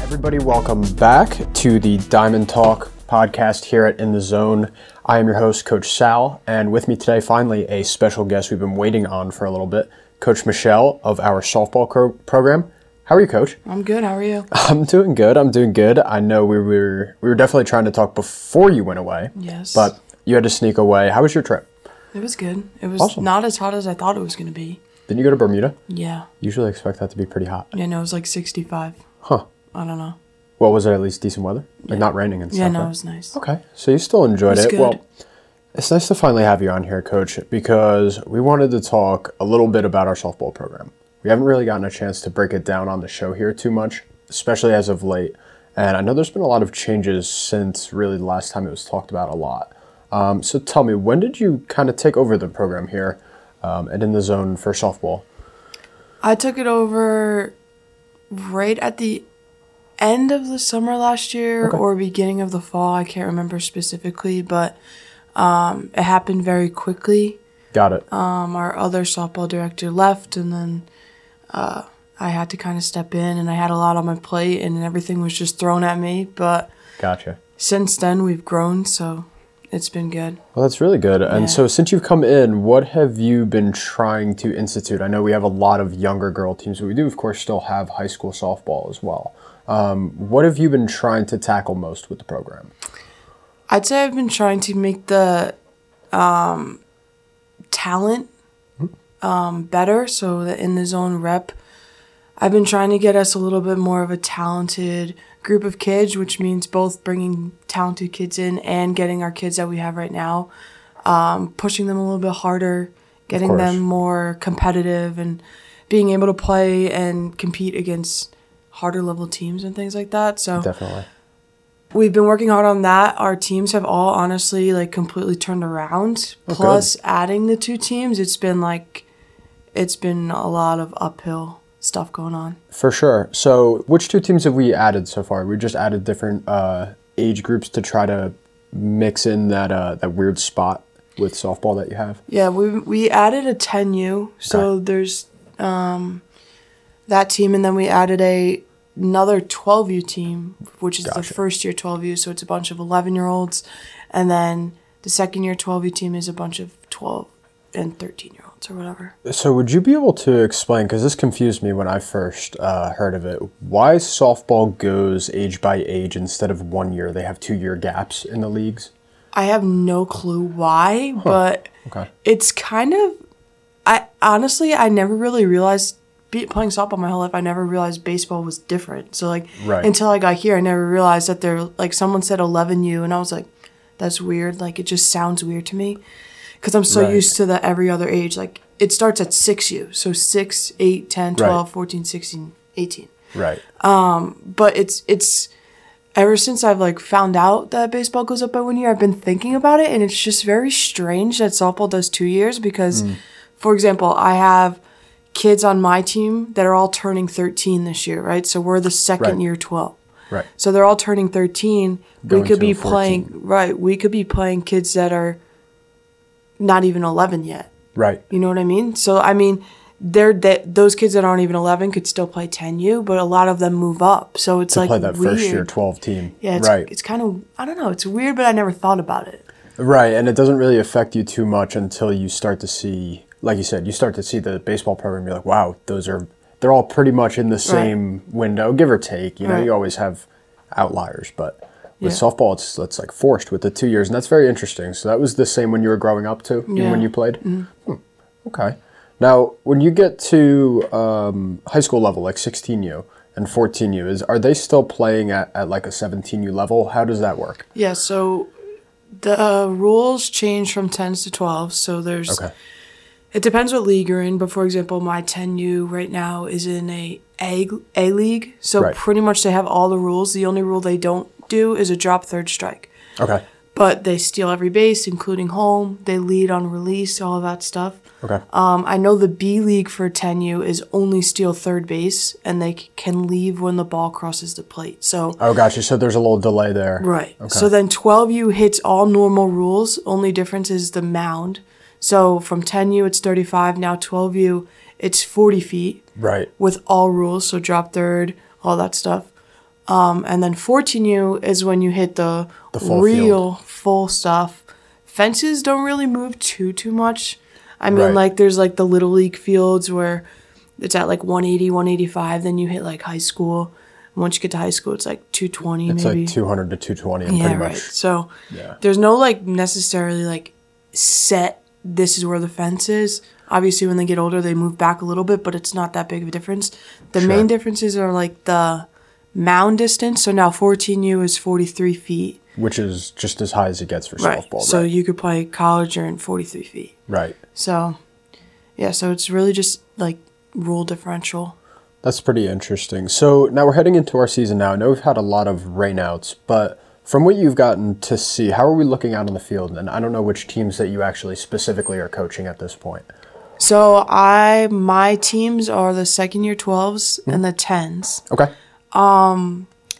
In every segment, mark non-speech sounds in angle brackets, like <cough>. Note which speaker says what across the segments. Speaker 1: everybody. Welcome back to the Diamond Talk podcast here at In the Zone. I am your host, Coach Sal, and with me today, finally, a special guest we've been waiting on for a little bit, Coach Michelle of our softball co- program. How are you, Coach?
Speaker 2: I'm good. How are you?
Speaker 1: <laughs> I'm doing good. I'm doing good. I know we were we were definitely trying to talk before you went away,
Speaker 2: Yes.
Speaker 1: but you had to sneak away. How was your trip?
Speaker 2: it was good. It was
Speaker 1: Awesome.
Speaker 2: not as hot as I thought it was going to be.
Speaker 1: Didn't you go to Bermuda?
Speaker 2: Yeah.
Speaker 1: Usually expect that to be pretty hot.
Speaker 2: Yeah, no, it was like 65.
Speaker 1: Huh.
Speaker 2: I don't know.
Speaker 1: Well, was it at least decent weather? Like not raining and stuff.
Speaker 2: Yeah, no,
Speaker 1: right?
Speaker 2: it was nice.
Speaker 1: Okay, so you still enjoyed
Speaker 2: It's
Speaker 1: it.
Speaker 2: good.
Speaker 1: Well, it's nice to finally have you on here, Coach, because we wanted to talk a little bit about our softball program. We haven't really gotten a chance to break it down on the show here too much, especially as of late. And I know there's been a lot of changes since really the last time it was talked about a lot. Um, so tell me, when did you kind of take over the program here um, and in the zone for softball?
Speaker 2: I took it over right at the end of the summer last year or beginning of the fall. I can't remember specifically, but um, it happened very quickly.
Speaker 1: Got it.
Speaker 2: Um, our other softball director left, and then uh, I had to kind of step in, and I had a lot on my plate, and everything was just thrown at me. But
Speaker 1: Gotcha.
Speaker 2: since then we've grown so it's been good
Speaker 1: Well, that's really good. And
Speaker 2: Yeah.
Speaker 1: so, since you've come in, what have you been trying to institute? I know we have a lot of younger girl teams, but we do, of course, still have high school softball as well. Um, what have you been trying to tackle most with the program?
Speaker 2: i'd say i've been trying to make the um, talent um, better so that in the zone rep i've been trying to get us a little bit more of a talented group of kids which means both bringing talented kids in and getting our kids that we have right now um, pushing them a little bit harder getting
Speaker 1: course.
Speaker 2: them more competitive and being able to play and compete against harder level teams and things like that so
Speaker 1: Definitely.
Speaker 2: we've been working hard on that. Our teams have all honestly like completely turned around. Plus adding the two teams, it's been like it's been a lot of uphill stuff going on.
Speaker 1: For sure. So, which two teams have we added so far? We just added different uh, age groups to try to mix in that, uh, that weird spot with softball that you have.
Speaker 2: Yeah, we we added a 10U. So there's um that team and then we added a another 12U team, which is
Speaker 1: Gotcha.
Speaker 2: the first year 12U, so it's a bunch of 11-year-olds and then the second year 12U team is a bunch of 12 and 13-year-olds or whatever.
Speaker 1: So, would you be able to explain? Because this confused me when I first uh, heard of it. Why softball goes age by age instead of one year? They have two year gaps in the leagues.
Speaker 2: I have no clue why, but
Speaker 1: Okay.
Speaker 2: it's kind of. I honestly, I never really realized be, playing softball my whole life. I never realized baseball was different. So like
Speaker 1: Right.
Speaker 2: until I got here, I never realized that they're like someone said eleven U, and I was like, that's weird. Like it just sounds weird to me because I'm so
Speaker 1: Right.
Speaker 2: used to the every other age. Like it starts at six U, so six, eight, 10, 12, 14, 16, 18
Speaker 1: Right.
Speaker 2: but it's it's ever since I've like found out that baseball goes up by one year, I've been thinking about it, and it's just very strange that softball does two years because,
Speaker 1: Mm.
Speaker 2: for example, I have kids on my team that are all turning 13 this year, right? So we're the second
Speaker 1: Right.
Speaker 2: year 12.
Speaker 1: Right.
Speaker 2: So they're all turning 13.
Speaker 1: Going
Speaker 2: we could
Speaker 1: to
Speaker 2: be
Speaker 1: 14.
Speaker 2: playing right. We could be playing kids that are not even 11 yet.
Speaker 1: Right.
Speaker 2: You know what I mean? So I mean, they're that those kids that aren't even 11 could still play 10U, but a lot of them move up. So it's like
Speaker 1: Play that
Speaker 2: weird.
Speaker 1: first year twelve team.
Speaker 2: Yeah, it's,
Speaker 1: right.
Speaker 2: it's kind of I don't know. It's weird, but I never thought about it.
Speaker 1: Right, and it doesn't really affect you too much until you start to see, like you said, you start to see the baseball program. You're like, wow, those are they're all pretty much in the same window, give or take. You know,
Speaker 2: Right.
Speaker 1: you always have outliers, but with
Speaker 2: Yeah.
Speaker 1: softball, it's that's like forced with the two years, and that's very interesting. So that was the same when you were growing up too, even when
Speaker 2: Yeah. Mm-hmm.
Speaker 1: you played. Hmm. Okay, now when you get to um, high school level, like 16U and 14U, is are they still playing at, at like a 17U level? How does that work?
Speaker 2: Yeah. So the uh, rules change from 10s to 12s. So there's
Speaker 1: Okay,
Speaker 2: It depends what league you're in, but for example, my 10U right now is in a A, a league, so
Speaker 1: Right.
Speaker 2: pretty much they have all the rules. The only rule they don't do is a drop third strike,
Speaker 1: okay,
Speaker 2: but they steal every base, including home. They lead on release, all of that stuff.
Speaker 1: okay.
Speaker 2: Um, I know the B league for 10U is only steal third base, and they c- can leave when the ball crosses the plate. So
Speaker 1: Oh, gotcha. So there's a little delay there.
Speaker 2: Right. So then 12U hits all normal rules. Only difference is the mound. So from 10U, it's 35. Now 12U, it's 40 feet
Speaker 1: Right.
Speaker 2: with all rules. So drop third, all that stuff. Um, and then 14U is when you hit the,
Speaker 1: full
Speaker 2: real full stuff. Fences don't really move too too much. I mean,
Speaker 1: Right.
Speaker 2: like there's like the little league fields where it's at like 180, 185. Then you hit like high school. And once you get to high school, it's like 220
Speaker 1: It's
Speaker 2: maybe.
Speaker 1: like 200 to 220 and
Speaker 2: yeah,
Speaker 1: pretty
Speaker 2: right.
Speaker 1: much
Speaker 2: So
Speaker 1: Yeah.
Speaker 2: there's no like necessarily like set. This is where the fence is. Obviously, when they get older, they move back a little bit, but it's not that big of a difference. The main differences are like the mound distance. So now 14U is 43 feet.
Speaker 1: which is just as high as it gets for
Speaker 2: Right.
Speaker 1: softball.
Speaker 2: So
Speaker 1: right.
Speaker 2: you could play college or in 43 feet.
Speaker 1: right.
Speaker 2: So, yeah, so it's really just like rule differential.
Speaker 1: That's pretty interesting. So now we're heading into our season now. I know we've had a lot of rainouts, but from what you've gotten to see, how are we looking out on the field? And I don't know which teams that you actually specifically are coaching at this point.
Speaker 2: So I my teams are the second year 12s and the 10s.
Speaker 1: Okay.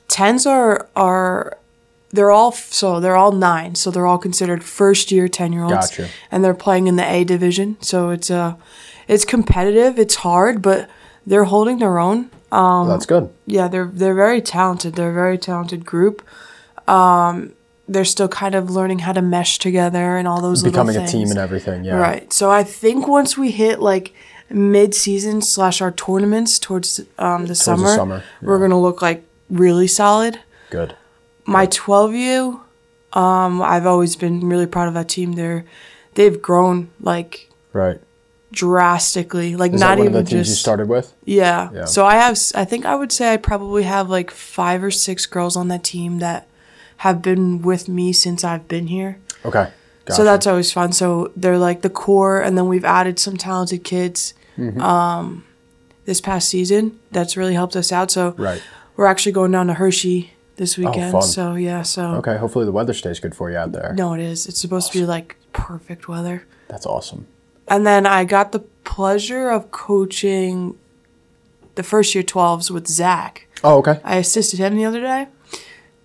Speaker 2: tens are are they're all so they're all nine so they're all considered first year 10 year olds
Speaker 1: Gotcha.
Speaker 2: and they're playing in the a division so it's uh it's competitive it's hard but they're holding their own
Speaker 1: That's good.
Speaker 2: yeah they're they're very talented they're a very talented group um they're still kind of learning how to mesh together and all those little
Speaker 1: Becoming a team
Speaker 2: things.
Speaker 1: and everything. Yeah.
Speaker 2: Right. So I think once we hit like mid season slash our tournaments towards um, the summer,
Speaker 1: summer,
Speaker 2: we're gonna look like really solid.
Speaker 1: Good.
Speaker 2: My 12U, um, I've always been really proud of that team. They're they've grown like
Speaker 1: Right.
Speaker 2: drastically, like
Speaker 1: Is
Speaker 2: not
Speaker 1: that one
Speaker 2: even
Speaker 1: of the teams
Speaker 2: just
Speaker 1: you started with?
Speaker 2: yeah.
Speaker 1: Yeah.
Speaker 2: So I have s- I think I would say I probably have like five or six girls on that team that have been with me since I've been here.
Speaker 1: Okay. Gotcha.
Speaker 2: So that's always fun. So they're like the core, and then we've added some talented kids um,
Speaker 1: Mm-hmm.
Speaker 2: this past season. That's really helped us out. So
Speaker 1: Right. Oh,
Speaker 2: we're actually going down to Hershey this weekend.
Speaker 1: fun.
Speaker 2: So yeah, so
Speaker 1: Okay. Hopefully the weather stays good for you out there.
Speaker 2: no, it is. It's supposed to be like perfect weather.
Speaker 1: That's awesome.
Speaker 2: And then I got the pleasure of coaching the first year 12s with Zach.
Speaker 1: Oh, okay.
Speaker 2: I assisted him the other day.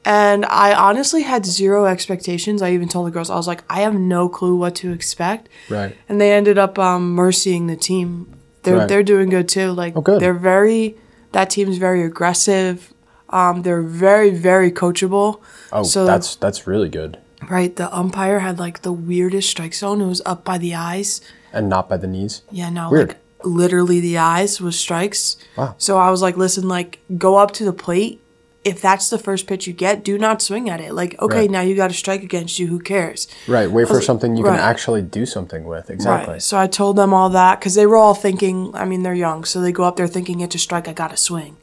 Speaker 2: And I honestly had zero expectations. I even told the girls, I was like, I have no clue what to expect.
Speaker 1: Right.
Speaker 2: And they ended up um, mercying the team. They're
Speaker 1: Right. Oh,
Speaker 2: they're doing good too. Like
Speaker 1: good.
Speaker 2: they're very that team's very aggressive. Um, they're very very coachable.
Speaker 1: Oh,
Speaker 2: so
Speaker 1: that's that's really good.
Speaker 2: right. The umpire had like the weirdest strike zone. It was up by the eyes.
Speaker 1: And not by the knees.
Speaker 2: Yeah, no,
Speaker 1: Weird.
Speaker 2: like literally the eyes was strikes.
Speaker 1: Wow.
Speaker 2: So I was like, listen, like go up to the plate. If that's the first pitch you get, do not swing at it. Like, okay,
Speaker 1: Right.
Speaker 2: now you got a strike against you. Who cares?
Speaker 1: Right. Wait for
Speaker 2: was-
Speaker 1: something you
Speaker 2: right.
Speaker 1: can actually do something with. Exactly.
Speaker 2: Right. So I told them all that because they were all thinking. I mean, they're young, so they go up there thinking it's a strike. I got to swing.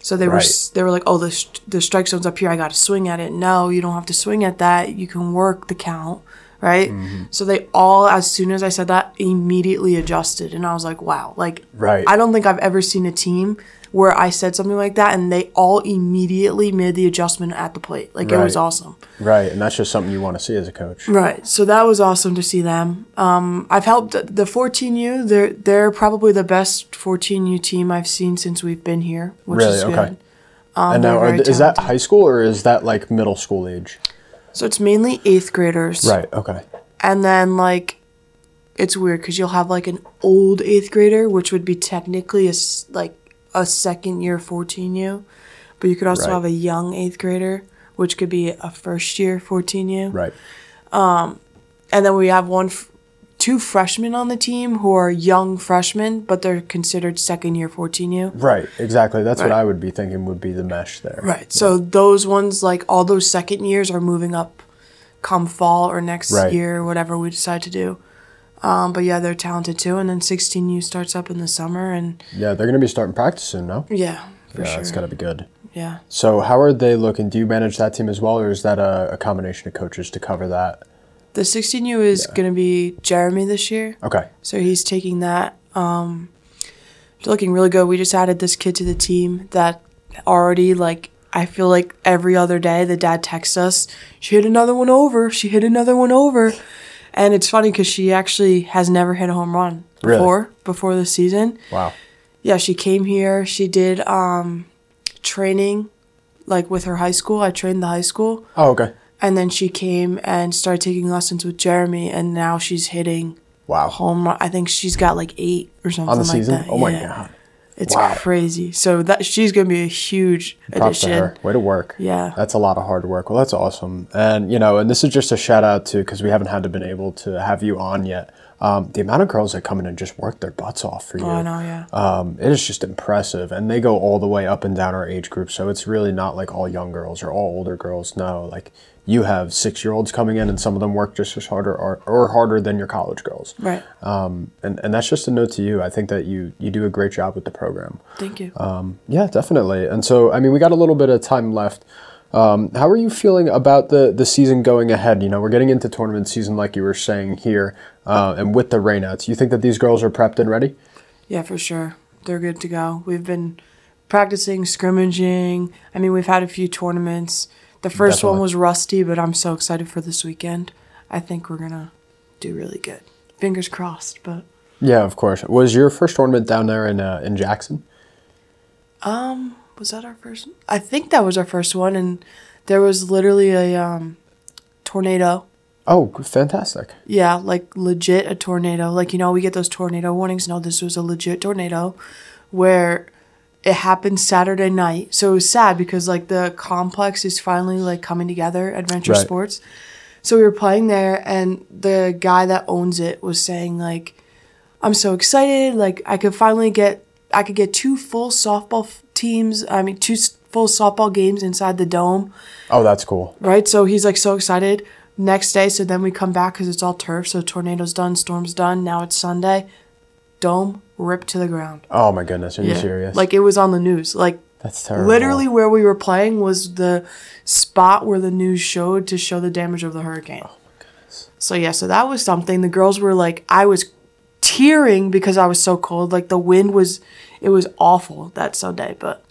Speaker 2: So they were
Speaker 1: Right.
Speaker 2: s- they were like, oh, the sh- the strike zone's up here. I got to swing at it. No, you don't have to swing at that. You can work the count, right?
Speaker 1: Mm-hmm.
Speaker 2: So they all, as soon as I said that, immediately adjusted, and I was like, wow, like
Speaker 1: Right.
Speaker 2: I don't think I've ever seen a team where I said something like that and they all immediately made the adjustment at the plate. Like it was
Speaker 1: Right.
Speaker 2: awesome.
Speaker 1: Right. And that's just something you want to see as a coach.
Speaker 2: Right. So that was awesome to see them. Um, I've helped the 14U. They're they're probably the best 14U team I've seen since we've been here, which
Speaker 1: Really?
Speaker 2: is good.
Speaker 1: Okay. and now,
Speaker 2: they're
Speaker 1: are
Speaker 2: very
Speaker 1: th- is that
Speaker 2: talented.
Speaker 1: high school or is that like middle school age?
Speaker 2: So it's mainly eighth graders.
Speaker 1: Right. Okay.
Speaker 2: And then like, it's weird because you'll have like an old eighth grader, which would be technically a s- like a second year 14U, but you could also
Speaker 1: Right.
Speaker 2: have a young eighth grader, which could be a first year 14U.
Speaker 1: Right.
Speaker 2: and then we have one f- two freshmen on the team who are young freshmen but they're considered second year 14u
Speaker 1: Right. Exactly. That's what
Speaker 2: Right.
Speaker 1: I would be thinking would be the mesh there.
Speaker 2: right so those ones like all those second years are moving up come fall or next
Speaker 1: Right.
Speaker 2: year whatever we decide to do um, but yeah they're talented too and then 16u starts up in the summer and
Speaker 1: Yeah. They're going to be starting practice soon, no?
Speaker 2: yeah for
Speaker 1: yeah. It's
Speaker 2: sure
Speaker 1: got to be good.
Speaker 2: yeah
Speaker 1: So, how are they looking? Do you manage that team as well, or is that a, a combination of coaches to cover that?
Speaker 2: the 16u is going to be jeremy this year
Speaker 1: Okay.
Speaker 2: So he's taking that. Um, he's looking really good. We just added this kid to the team that already like I feel like every other day the dad texts us. She hit another one over. She hit another one over, and it's funny because she actually has never hit a home run
Speaker 1: Really?
Speaker 2: before before this season.
Speaker 1: Wow.
Speaker 2: Yeah, she came here. She did um, training like with her high school. I trained the high school.
Speaker 1: Oh, okay.
Speaker 2: And then she came and started taking lessons with Jeremy, and now she's hitting
Speaker 1: Wow.
Speaker 2: home run. I think she's got like eight or something
Speaker 1: On the
Speaker 2: like
Speaker 1: season?
Speaker 2: that.
Speaker 1: Oh, my
Speaker 2: Yeah.
Speaker 1: God.
Speaker 2: It's
Speaker 1: Wow.
Speaker 2: crazy. So that she's gonna be a huge
Speaker 1: Props to
Speaker 2: addition.
Speaker 1: her. Way to work.
Speaker 2: Yeah.
Speaker 1: That's a lot of hard work. Well, that's awesome. And, you know, and this is just a shout out to, because we haven't had to been able to have you on yet. Um, the amount of girls that come in and just work their butts off for you.
Speaker 2: Oh, I know, yeah.
Speaker 1: Um, it is just impressive. And they go all the way up and down our age group. So it's really not like all young girls or all older girls. No, like you have six year olds coming in and some of them work just as harder or, or harder than your college girls.
Speaker 2: Right.
Speaker 1: Um, and, and that's just a note to you. I think that you, you do a great job with the program.
Speaker 2: Thank you.
Speaker 1: Um, yeah, definitely. And so, I mean, we got a little bit of time left. Um, how are you feeling about the the season going ahead? You know, we're getting into tournament season, like you were saying here, uh, and with the rainouts. You think that these girls are prepped and ready?
Speaker 2: Yeah, for sure. They're good to go. We've been practicing scrimmaging. I mean, we've had a few tournaments. The first
Speaker 1: Definitely.
Speaker 2: one was rusty, but I'm so excited for this weekend. I think we're gonna do really good. Fingers crossed, but
Speaker 1: Yeah, of course. Was your first tournament down there in uh, in Jackson?
Speaker 2: was that our first I think that was our first one and there was literally a um tornado.
Speaker 1: Oh, fantastic!
Speaker 2: Yeah, like legit a tornado. Like, you know, we get those tornado warnings. No, this was a legit tornado where it happened Saturday night. So it was sad because, like, the complex is finally, like, coming together, Adventure
Speaker 1: Right.
Speaker 2: Sports. So we were playing there, and the guy that owns it was saying, like, I'm so excited. Like, I could finally get, I could get two full softball f- teams, I mean, two s- full softball games inside the dome
Speaker 1: Oh, that's cool.
Speaker 2: right? So he's like so excited. Next day, so then we come back because it's all turf. So tornado's done, storm's done. Now it's Sunday. Dome ripped to the ground.
Speaker 1: Oh my goodness, are you serious?
Speaker 2: Like it was on the news. Like
Speaker 1: that's terrible.
Speaker 2: literally where we were playing was the spot where the news showed to show the damage of the hurricane.
Speaker 1: Oh,
Speaker 2: So yeah, so that was something. The girls were like, I was tearing because I was so cold. Like the wind was, it was awful that Sunday. But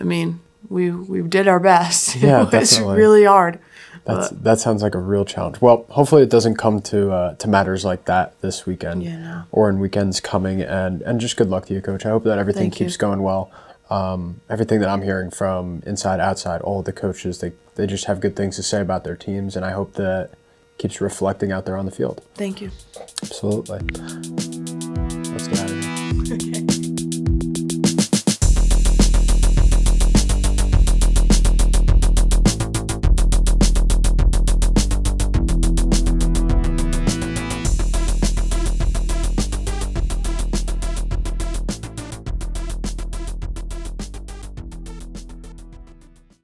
Speaker 2: I mean, we we did our best. <laughs>
Speaker 1: Yeah,
Speaker 2: it was
Speaker 1: definitely.
Speaker 2: really hard.
Speaker 1: That's, that sounds like a real challenge. Well, hopefully it doesn't come to uh, to matters like that this weekend
Speaker 2: Yeah, no.
Speaker 1: or in weekends coming. And and just good luck to you, coach. I hope that everything
Speaker 2: Thank you.
Speaker 1: keeps going well. Um, everything that I'm hearing from inside, outside, all the coaches, they they just have good things to say about their teams, and I hope that keeps reflecting out there on the field.
Speaker 2: Thank you.
Speaker 1: Absolutely.